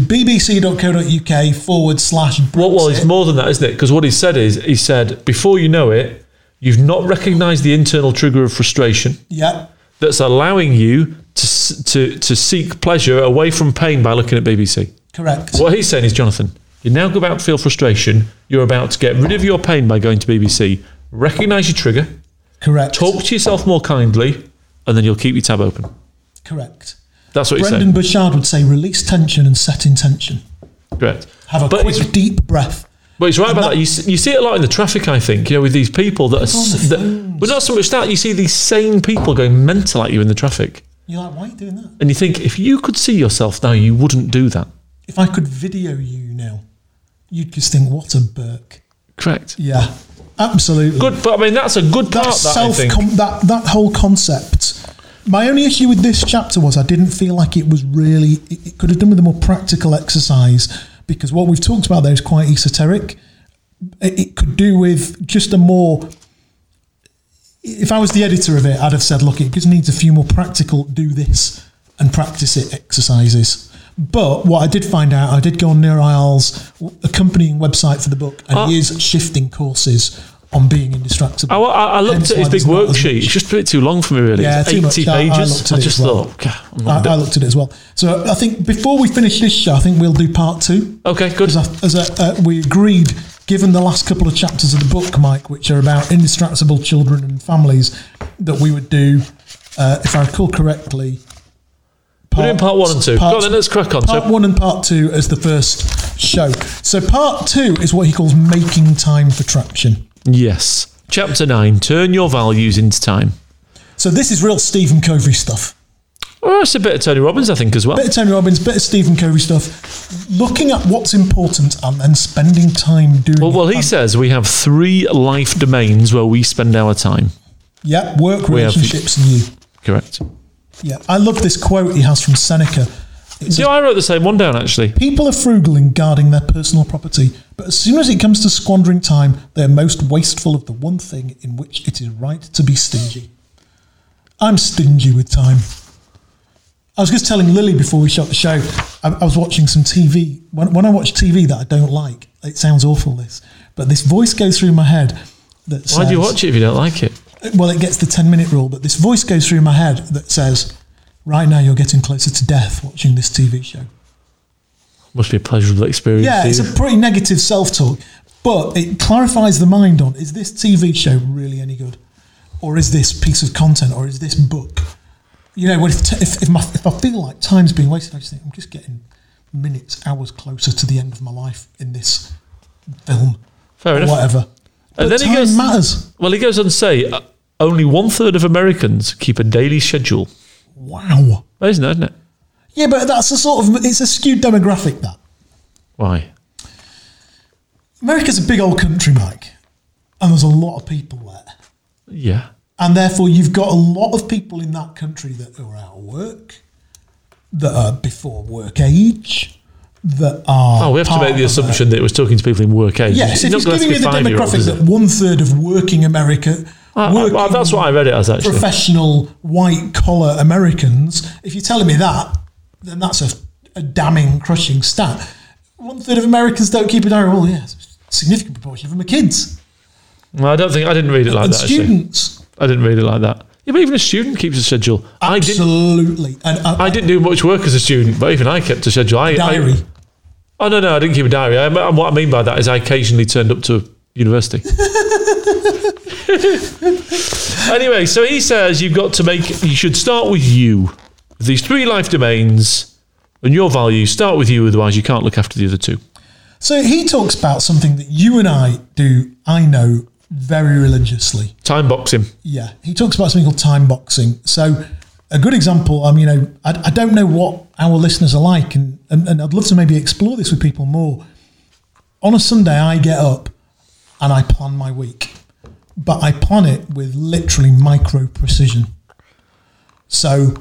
bbc.co.uk forward slash.
Well, well,
Brexit.
it's more than that, isn't it? Because what he said is, he said, before you know it, you've not recognised the internal trigger of frustration
Yeah.
that's allowing you to s- to to seek pleasure away from pain by looking at BBC.
Correct.
What he's saying is, Jonathan, you now go about to feel frustration. You're about to get rid of your pain by going to BBC. Recognise your trigger.
Correct.
Talk to yourself more kindly, and then you'll keep your tab open.
Correct.
That's what he's
Brendan Burchard would say release tension and set intention.
saying. Correct.
Have a
but
quick,
it's-
deep breath.
But it's right
And
about that.
that-
You, s- you see it a lot in the traffic, I think, you know, with these people that are. s-
the
That, but not so much that. You see these sane people going mental at you in the traffic.
You're like, why are you doing that?
And you think, if you could see yourself now, you wouldn't do that.
If I could video you now, you'd just think, what a Burke.
Correct.
Yeah. Absolutely.
Good. But I mean, that's a good part,
That
that, I
self
think.
com- that that whole concept. My only issue with this chapter was I didn't feel like it was really. It, it could have done with a more practical exercise because what we've talked about there is quite esoteric. It, it could do with just a more. If I was the editor of it, I'd have said, "Look, it just needs a few more practical do this and practice it exercises." But what I did find out, I did go on Nir Ayal's w- accompanying website for the book, and he is shifting courses on being indistractable.
Ah. I, I, I looked
Hence
at
why
his big
there's not as
workshop. It's
much.
just a bit too long for me, really.
Yeah,
it's
too
80
much. I- I
pages.
looked
I,
at it
just
as well.
thought, "Gah, I'm
I,
not
I
gonna do
looked at it as well. So I think before we finish this show, I think we'll do part two.
it." Okay, good.
As, I, as I, uh, we agreed, given the last couple of chapters of the book, Mike, which are about indistractable children and families, that we would do, uh, if I recall correctly,
We're doing part one and two. Go on, then, let's crack on.
Part
So,
one and part two as the first show. So part two is what he calls making time for traction.
yes. Chapter nine Turn your values into time.
So this is real Stephen Covey stuff.
Oh, that's a bit of Tony Robbins, I think, as well.
bit of Tony Robbins, bit of Stephen Covey stuff, looking at what's important and then spending time doing.
Well, well,
it.
he says we have three life domains where we spend our time.
yeah, work,
have-
relationships, and you.
Correct.
Yeah, I love this quote he has from Seneca. It
Do
says,
you know, I wrote the same one down actually.
People are frugal in guarding their personal property, but as soon as it comes to squandering time, they are most wasteful of the one thing in which it is right to be stingy. I'm stingy with time. I was just telling Lily before we shot the show, I, I was watching some TV. When, when I watch TV that I don't like, it sounds awful, this, but this voice goes through my head. That
Why
says,
do you watch it if you don't like it?
Well, it gets the 10 minute rule, but this voice goes through my head that says, right now you're getting closer to death watching this TV show.
Must be a pleasurable experience.
Yeah,
for
it's
you.
a pretty negative self talk, but it clarifies the mind on is this TV show really any good? Or is this piece of content? Or is this book? You know, what if, t- if, if, my, if I feel like time's being wasted, I just think I'm just getting minutes, hours closer to the end of my life in this film
Fair
or
enough.
whatever. But
And then he
time
goes-
matters.
Well, he goes on to say uh, only one third of Americans keep a daily schedule.
Wow.
Amazing, that, isn't it?
Yeah, but that's a sort of, it's a skewed demographic, that.
Why?
America's a big old country, Mike, and there's a lot of people there.
Yeah.
and therefore you've got a lot of people in that country that are out of work, that are before work age, that are.
Oh, we have to
part
make the
of a-
assumption that it was talking to people in work age.
Yes, if
not
it's
gonna
giving you
be
the
five-year-olds,
demographic
is
that
it?
one third of working America,
I- I-
working
I- that's what I read it as actually.
professional white collar Americans, if you're telling me that, then that's a, a damning, crushing stat. One third of Americans don't keep a diary. Well, yes, significant proportion of them are kids
Well, I don't think I didn't read it like
and
that. Actually.
students.
I didn't read it like that. Yeah, but even a student keeps a schedule. I didn't.
Absolutely, and I,
I didn't do much work as a student, but even I kept a schedule. I,
diary.
I, oh no, no, I didn't keep a diary. I, and what I mean by that is I occasionally turned up to
[laughs]
university. anyway, so he says you've got to make. You should start with you. These three life domains and your values start with you. Otherwise, you can't look after the other two.
So he talks about something that you and I do, I know, very religiously.
Time boxing.
Yeah. He talks about something called time boxing. So a good example, um, I mean, you know, I, I don't know what our listeners are like, and, and, and I'd love to maybe explore this with people more. On a Sunday, I get up and I plan my week, but I plan it with literally micro precision. So,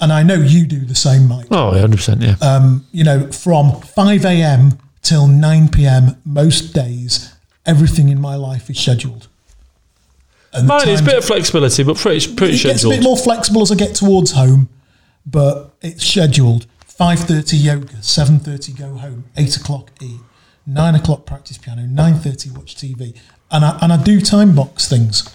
and I know you do the same, Mike.
Oh, 100%. Yeah.
Um, You know, from 5 a.m. till 9 p.m., most days, everything in my life is scheduled. And the
Mine is a
times-
bit of flexibility, but pretty, pretty
it gets a
scheduled.
bit more flexible as I get towards home, but it's scheduled. Five thirty yoga, seven thirty go home, eight o'clock eat, nine o'clock practice piano, nine thirty watch TV, and I and I do time box things.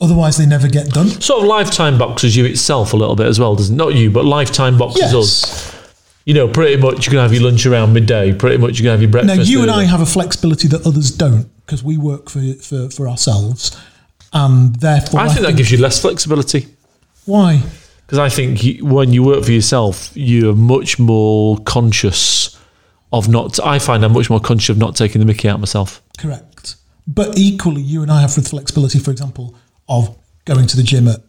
Otherwise, they never get done.
sort of lifetime boxes you itself a little bit as well, doesn't Not you, but lifetime boxes us. You know, pretty much you can have your lunch around midday. Pretty much you can have your
Now
breakfast.
you and I
early.
have a flexibility that others don't because we work for for, for ourselves, and therefore
I think that gives you less flexibility.
why
Because I think you, when you work for yourself, you're much more conscious of not. I find I'm much more conscious of not taking the mickey out myself.
correct. But equally, you and I have the flexibility, for example, of going to the gym at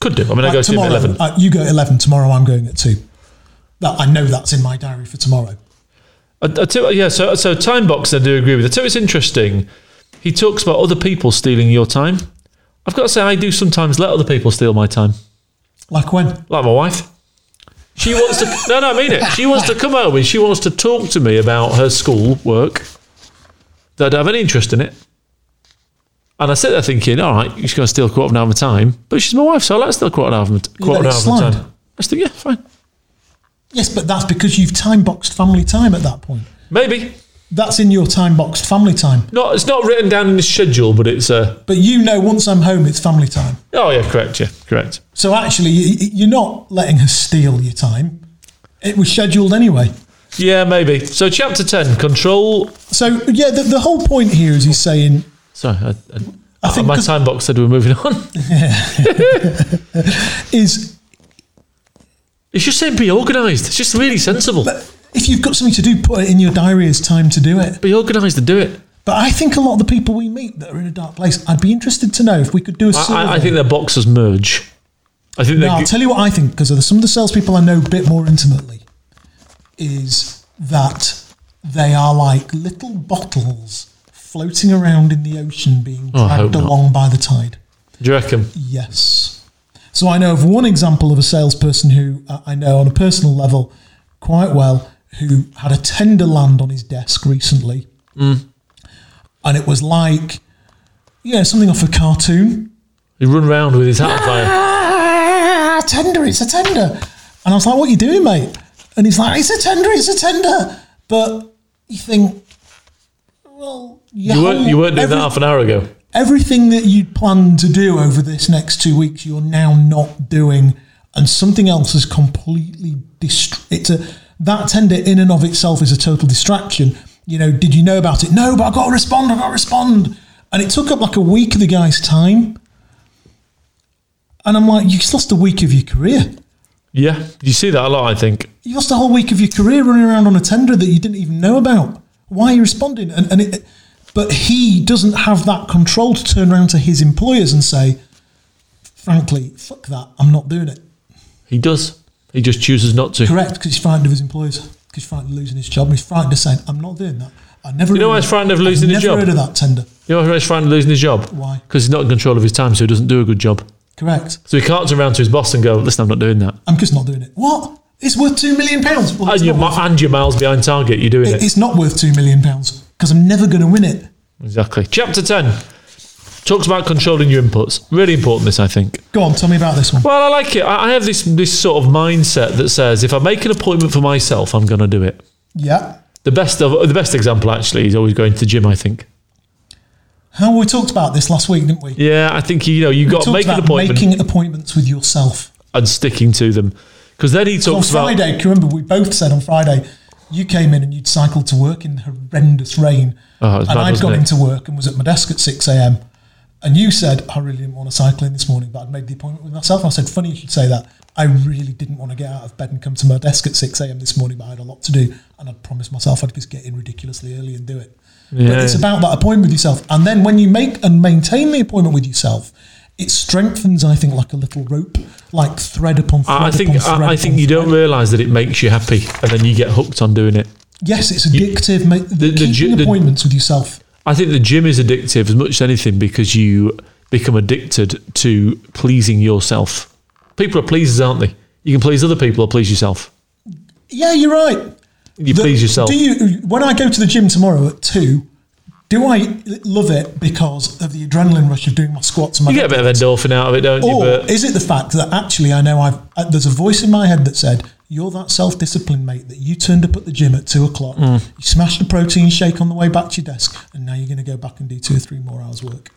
Could do. I mean, I
Like
go to him at
tomorrow,
11.
uh, you go at 11. Tomorrow I'm going at 2. That, I know that's in my diary for tomorrow.
I, I tell, yeah, so, so time box, I do agree with. I tell you, it's interesting. He talks about other people stealing your time. I've got to say, I do sometimes let other people steal my time.
Like when?
like my wife. She wants to. no, no, I mean it. She wants to come over and she wants to talk to me about her school work. That I don't have any interest in it. And I sit there thinking, all right, she's going to steal a quarter of an hour of my time, but she's my wife, so I let her steal a quarter of an hour, of my- quarter
let
of
it
an hour of my
slide.
time. I just think, yeah, fine,
Yes, but that's because you've time boxed family time at that point.
maybe.
That's in your time boxed family time.
Not, it's not written down in the schedule, but it's uh,
But you know, once I'm home, it's family time.
oh yeah, correct, yeah, correct.
So actually, y- y- you're not letting her steal your time. It was scheduled anyway.
Yeah, maybe. So chapter ten, control.
So yeah, the, the whole point here is he's saying
Sorry, I, I,
I think
my
'cause-
time box said we were moving on. [laughs]
is
It's just saying be organised. It's just really sensible.
uh, if you've got something to do, put it in your diary as time to do it.
Be organised and do it.
But I think a lot of the people we meet that are in a dark place, I'd be interested to know if we could do a
I-
survey.
I, I think their boxes merge. I think
Now, I'll
they.
tell you what I think, because some of the salespeople I know a bit more intimately, is that they are like little bottles floating around in the ocean being
Oh, I hope
dragged
not.
along by the tide.
Do you reckon?
Yes. So I know of one example of a salesperson who uh, I know on a personal level quite well who had a tender land on his desk recently.
Mm.
And it was like, yeah, something off a cartoon.
He run round with his hat
[laughs]
on fire.
Ah, tender, it's a tender. And I was like, what are you doing, mate? And he's like, it's a tender, it's a tender. But you think, well,
You weren't. You weren't doing
every-
that half an hour ago.
everything that you planned to do over this next two weeks, you're now not doing, and something else is completely dist- it's a that tender in and of itself is a total distraction. You know, did you know about it? No, but I've got to respond. I've got to respond, and it took up like a week of the guy's time. And I'm like, you have lost a week of your career.
Yeah, you see that a lot. I think.
You lost a whole week of your career running around on a tender that you didn't even know about. Why are you responding? And, and it, but he doesn't have that control to turn around to his employers and say, frankly, fuck that, I'm not doing it.
He does. He just chooses not to.
Correct, because he's frightened of his employers, 'cause he's frightened of losing his job. He's frightened of saying, I'm not doing that. I never.
You know
heard
why
of
he's
it.
frightened of
I've
losing his
never
job?
heard of that tender.
You know, he's frightened of losing his job.
Why?
Because he's not in control of his time, so he doesn't do a good job.
Correct.
So he can't turn around to his boss and go, "Listen, I'm not doing that."
I'm just not doing it. What? It's worth two million pounds. Well, it's,
And you're,
not
mi- and you're miles behind target. You're doing
worth,
it.
it's not worth two million pounds because I'm never going to win it.
Exactly. Chapter ten talks about controlling your inputs. Really important. This, I think.
Go on, tell me about this one.
Well, I like it. I I have this this sort of mindset that says if I make an appointment for myself, I'm going to do it.
Yeah.
The best of the best example actually is always going to the gym. I think.
How we talked about this last week, didn't we?
Yeah, I think you know you got to
talked
make an
about
appointment
making appointments with yourself.
and sticking to them because then he
On
talks about
Friday, can you remember we both said on Friday, you came in and you'd cycled to work in horrendous rain,
Oh, it was
and
bad,
I'd
wasn't
gone
it?
into work and was at my desk at six a.m. And you said I really didn't want to cycle in this morning, but I'd made the appointment with myself. And I said, funny you should say that. I really didn't want to get out of bed and come to my desk at six a.m. this morning, but I had a lot to do, and I'd promised myself I'd just get in ridiculously early and do it.
Yeah.
But it's about that appointment with yourself. And then when you make and maintain the appointment with yourself, it strengthens, I think, like a little rope, like thread upon thread.
I I think
upon thread
I, I think
upon
you don't
thread.
realise that it makes you happy, and then you get hooked on doing it.
Yes, it's addictive. mate.
the
Keeping
ju- the-
appointments with yourself.
I think the gym is addictive as much as anything because you become addicted to pleasing yourself. People are pleasers, aren't they? You can please other people or please yourself.
Yeah, you're right.
You
The-
please yourself.
Do you? When I go to the gym tomorrow at two, do I love it because of the adrenaline rush of doing my squats? And my
You get a bit of endorphin out of it, don't you?
Or
But
is Oh, it the fact that actually I know I've uh, there's a voice in my head that said you're that self-disciplined mate that you turned up at the gym at two o'clock,
Mm.
you smashed a protein shake on the way back to your desk, and now you're going to go back and do two or three more hours work.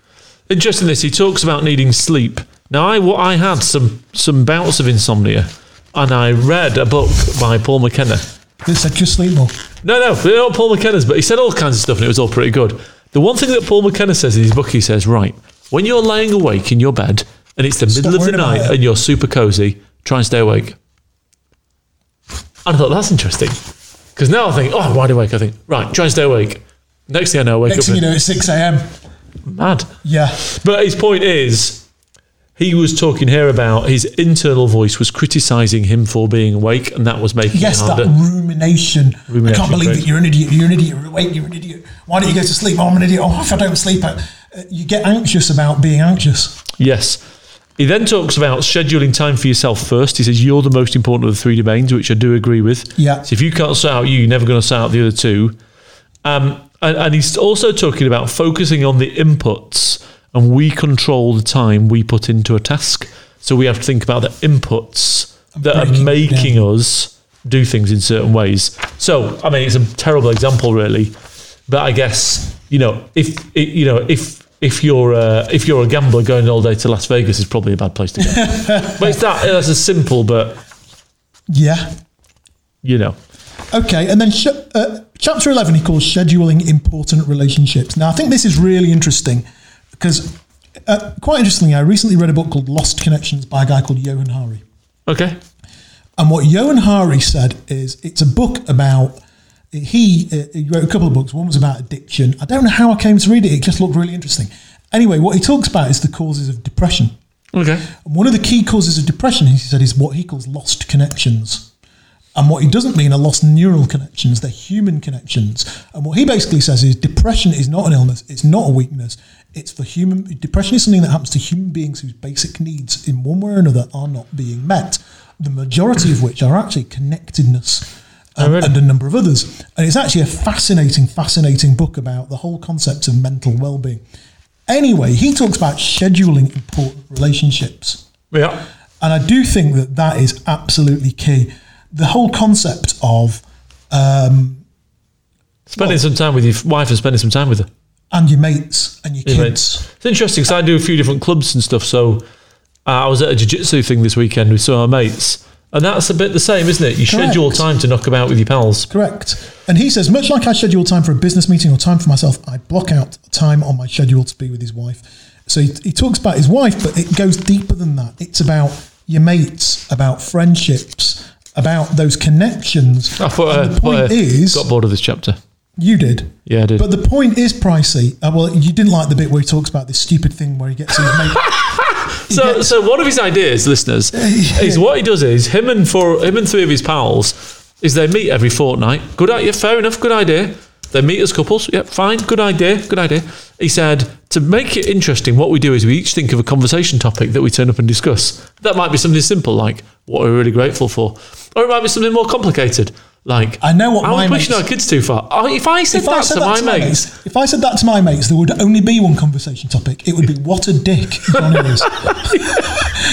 Interesting this, he talks about needing sleep. Now, I, wa- I had some, some bouts of insomnia and I read a book by Paul McKenna.
They said just sleep more.
No, no, they're not Paul McKenna's, but he said all kinds of stuff and it was all pretty good. The one thing that Paul McKenna says in his book, he says, right, when you're laying awake in your bed and it's the middle of the
worrying about
night
it.
and you're super cozy, try and stay awake. And I thought, that's interesting. Because now I think, oh, I'm wide awake. I think, right, try and stay awake. Next thing I know, I wake
Next
up
thing you know, it's six a.m.
and mad.
Yeah,
But his point is, he was talking here about his internal voice was criticising him for being awake, and that was making
yes,
it
that
harder.
rumination. I
Rumination,
can't believe
correct.
that you're an idiot. You're an idiot. You're awake. You're an idiot. Why don't you go to sleep? Oh, I'm an idiot. Oh, if I don't sleep, I, uh, you get anxious about being anxious.
yes. He then talks about scheduling time for yourself first. He says you're the most important of the three domains, which I do agree with.
Yeah.
So if you can't sort out you, you're never going to sort out the other two. Um, and, and he's also talking about focusing on the inputs, and we control the time we put into a task. So we have to think about the inputs that are
breaking it down.
making us do things in certain ways. So, I mean, it's a terrible example, really, but I guess you know if i you know if if you're uh, if you're a gambler going all day to Las Vegas is probably a bad
[laughs]
place to go. but it's that that's a simple, but
Yeah.
you know,
Okay, and then sh- uh, chapter 11 he calls scheduling important relationships. Now, I think this is really interesting because, uh, quite interestingly, I recently read a book called Lost Connections by a guy called Johan Hari.
okay,
And what Johan Hari said is it's a book about. He, uh, he wrote a couple of books. One was about addiction. I don't know how I came to read it, it just looked really interesting. Anyway, what he talks about is the causes of depression.
okay,
And one of the key causes of depression, he said, is what he calls lost connections. And what he doesn't mean are lost neural connections, they're human connections. And what he basically says is depression is not an illness, it's not a weakness. It's for human depression is something that happens to human beings whose basic needs in one way or another are not being met, the majority of which are actually connectedness um,
really?
and a number of others. And it's actually a fascinating, fascinating book about the whole concept of mental well-being. Anyway, he talks about scheduling important relationships.
yeah,
And I do think that that is absolutely key. The whole concept of, um,
spending some time with your f- wife and spending some time with her.
and your mates and your
Yeah, mate.
kids.
It's interesting because I do a few different clubs and stuff. So uh, I was at a jiu-jitsu thing this weekend with some of my mates, and that's a bit the same, isn't it? You schedule
Correct.
time to knock about with your pals.
Correct. And he says, much like I schedule time for a business meeting or time for myself, I block out time on my schedule to be with his wife. So he, he talks about his wife, but it goes deeper than that. It's about your mates, about friendships, about those connections.
I thought,
And
uh,
the point
thought, uh,
is,
got bored of this chapter.
you did.
Yeah, I did.
But the point is pricey. Uh, well, you didn't like the bit where he talks about this stupid thing where he gets
[laughs]
his mate.
So, so one of his ideas, listeners, is what he does is him and four, him and three of his pals, is they meet every fortnight. Good idea, fair enough, good idea. They meet as couples, yep, fine, good idea, good idea. He said to make it interesting, what we do is we each think of a conversation topic that we turn up and discuss. That might be something simple like what we're really grateful for, or it might be something more complicated like
I know what
are we
my
pushing
mates-
our kids too far? Oh, If I said
If
that
I said
to
that
my
to my
mates,
mates, if I said that to my mates, there would only be one conversation topic. It would be what a dick John
[laughs]
is.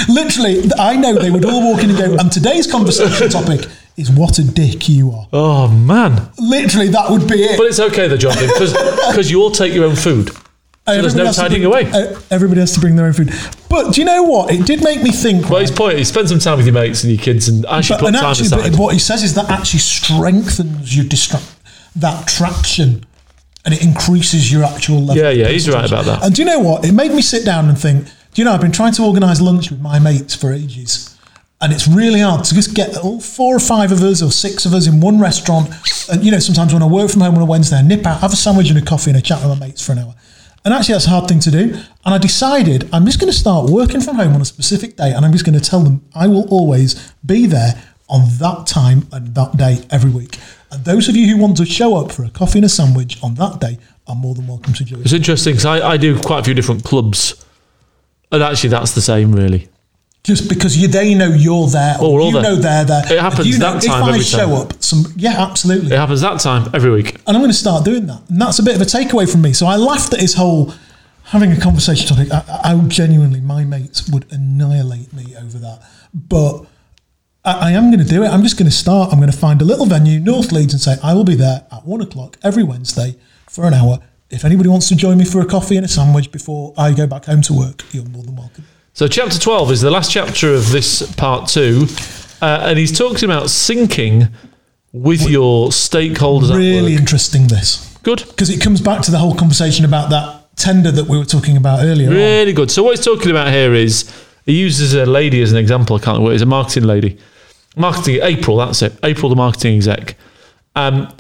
Literally, th- I know they would all walk in and go, and today's conversation topic is what a dick you are.
oh man!
Literally, that would be it.
But it's okay though, Jonathan, because you all take your own food.
Everybody
there's no
has to
tidying
bring-
away.
uh, Everybody has to bring their own food. But do you know what? It did make me think.
Well, his point is spend some time with your mates and your kids and actually
but,
put
and
time
actually,
aside.
but what he says is that actually strengthens your distract that traction, and it increases your actual level.
Yeah,
of
yeah, he's right
concentration.
about that.
And do you know what? It made me sit down and think. Do you know I've been trying to organise lunch with my mates for ages, and it's really hard to just get all four or five of us or six of us in one restaurant. And you know, sometimes when I work from home on a Wednesday, I nip out, have a sandwich and a coffee, and a chat with my mates for an hour. And actually, that's a hard thing to do. And I decided I'm just going to start working from home on a specific day, and I'm just going to tell them I will always be there on that time and that day every week. And those of you who want to show up for a coffee and a sandwich on that day are more than welcome to join.
It's interesting because I, I do quite a few different clubs, and actually that's the same really.
Just because you, they know you're there, or
we're all
you
there.
know they're there.
It happens
you know,
that
if
time
I
every
show
time.
up, some yeah, absolutely.
It happens that time every week.
and I'm going to start doing that. And that's a bit of a takeaway from me. So I laughed at his whole having a conversation topic. I, I genuinely, my mates would annihilate me over that. But I, I am going to do it. I'm just going to start. I'm going to find a little venue, North Leeds, and say I will be there at one o'clock every Wednesday for an hour. If anybody wants to join me for a coffee and a sandwich before I go back home to work, you're more than welcome.
So chapter twelve is the last chapter of this part two, uh, and he's talking about syncing with your stakeholders.
Really
at work.
interesting this
good,
because it comes back to the whole conversation about that tender that we were talking about earlier. on.
really good. So what he's talking about here is he uses a lady as an example. I can't remember. It's a marketing lady, marketing April. That's it. April, the marketing exec. Um,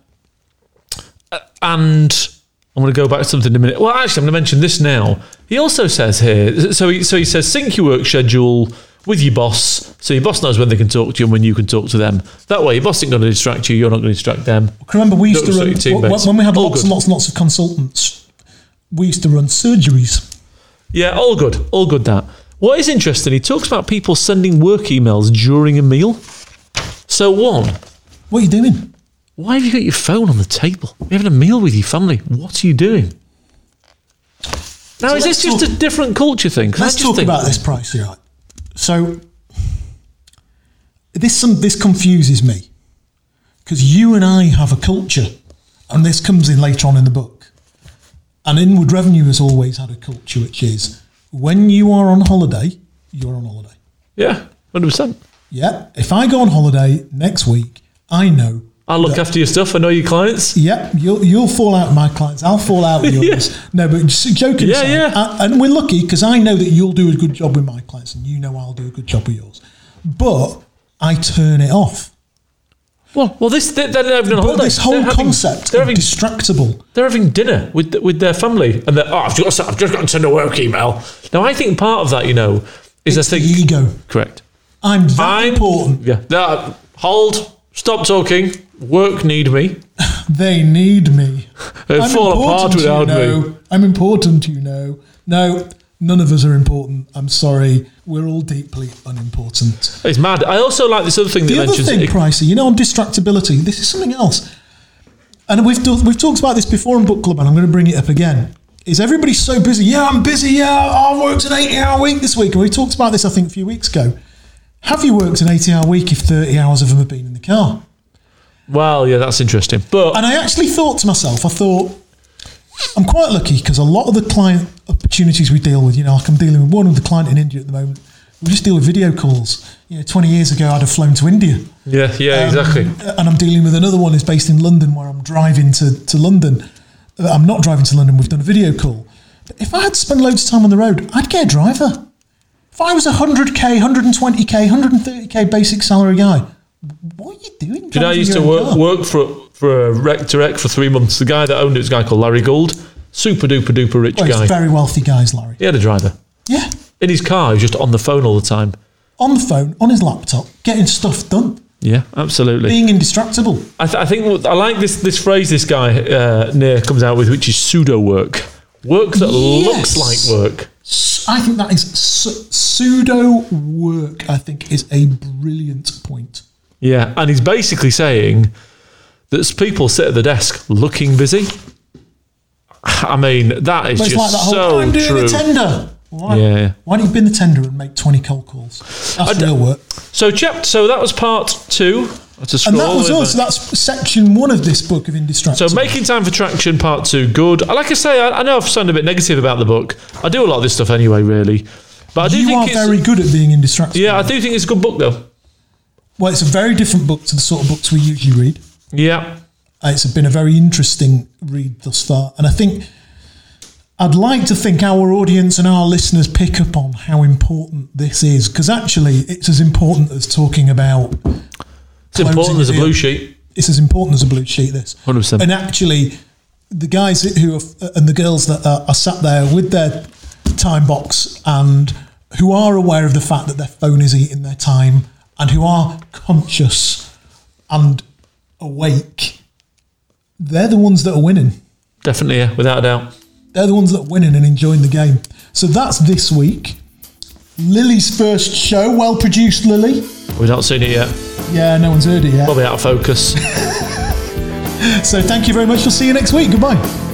uh, and I'm going to go back to something in a minute. Well, actually, I'm going to mention this now. He also says here, so he, so he says, sync your work schedule with your boss, so your boss knows when they can talk to you and when you can talk to them. That way, your boss isn't going to distract you. You're not going to distract them.
Remember, we used
Those
to
are
run
your teammates.
when, when we had
All
lots
good.
and lots and lots of consultants. We used to run surgeries.
Yeah, all good, all good. That. What is interesting, he talks about people sending work emails during a meal. So one,
What are you doing?
why have you got your phone on the table? You're having a meal with your family. What are you doing? Now,
let's
is this just
talk-
a different culture thing? 'Cause I
Let's
just
talk
think-
about this price here. right? So this some this confuses me because you and I have a culture, and this comes in later on in the book. And inward revenue has always had a culture, which is when you are on holiday, you're on holiday.
Yeah, hundred percent.
Yeah. If I go on holiday next week, I know
I look after your stuff. I know your clients.
Yep, you'll you'll fall out with my clients. I'll fall out
[laughs]
with yours. No, but just joking
Yeah,
aside,
yeah.
I- and we're lucky because I know that you'll do a good job with my clients, and you know I'll do a good job with yours. But I turn it off.
Well, well, this they're, they're having a
But
holiday.
this whole
They're having-
concept
They're
of
having,
distractible.
they're having dinner with with their family, and they're oh, I've just I've just got to send a work email. Now, I think part of that, you know, is I
The
think
ego.
correct.
I'm that
I'm-
important.
Yeah. No, hold. Stop talking. Work need me.
They need
[laughs]
me.
They
I'm
fall apart
important,
without
you know.
me.
I'm important, you know. No, none of us are important. I'm sorry. We're all deeply unimportant.
It's mad. I also like this other thing that
The
he
other
mentions.
thing,
it-
Pricey, you know, on distractibility, this is something else. And we've do, we've talked about this before in book club, and I'm going to bring it up again. Is everybody so busy? Yeah, I'm busy. Yeah, I worked an eighty-hour week this week, and we talked about this I think a few weeks ago. Have you worked an eighty-hour week if thirty hours of them have been in the car?
well, yeah, that's interesting. But
And I actually thought to myself, I thought, I'm quite lucky because a lot of the client opportunities we deal with, you know, like I'm dealing with one with the client in India at the moment. We just deal with video calls. You know, 20 years ago, I'd have flown to India.
yeah, yeah,
um,
exactly.
and I'm dealing with another one who's based in London where I'm driving to, to London. Uh, I'm not driving to London, we've done a video call. But if I had to spend loads of time on the road, I'd get a driver. If I was a 100k, 120k, 130k basic salary guy, what are you doing?
Did I
driving
used
your
to
own
work
car?
work for for a rec direct for three months? The guy that owned it was a guy called Larry Gould, super duper duper rich
Well,
guy.
it's Oh, very wealthy guys, Larry.
he had a driver
Yeah.
in his car. He was just on the phone all the time.
On the phone, on his laptop, getting stuff done,
Yeah, absolutely.
being indestructible.
I, th- I think what- I like this this phrase this guy uh, near comes out with, which is pseudo work, work that
Yes.
looks like work.
S- I think that is su- pseudo work, I think, is a brilliant point.
Yeah, and he's basically saying that s- people sit at the desk looking busy. I mean, that is
But it's
just
like that whole
so
I'm doing
true.
the tender. Why,
Yeah, yeah.
why don't you bin the tender and make 20 cold calls? That's
d-
real work.
so, chap, so that was part two. That's a
And
scroll
that was
over.
us. That's section one of this book of Indistractable.
So making time for traction, part two, good. Like I say, I, I know I've sounded a bit negative about the book. I do a lot of this stuff anyway, really. But I do
you
think
are
it's
very good at being indistractable.
yeah, I do think it's a good book though.
Well, it's a very different book to the sort of books we usually read.
Yeah,
Uh, It's been a very interesting read thus far. And I think I'd like to think our audience and our listeners pick up on how important this is because actually it's as important as talking about
it's important
Closing
as a
deal.
blue sheet.
it's as important as a blue sheet. This
100%.
and actually, the guys who are, and the girls that are, are sat there with their time box and who are aware of the fact that their phone is eating their time and who are conscious and awake, they're the ones that are winning.
Definitely, yeah, without a doubt.
They're the ones that are winning and enjoying the game. So that's this week. Lily's first show, well produced, Lily.
We've not seen it yet.
Yeah, no one's heard it yet.
Probably out of focus.
So thank you very much. We'll see you next week. Goodbye.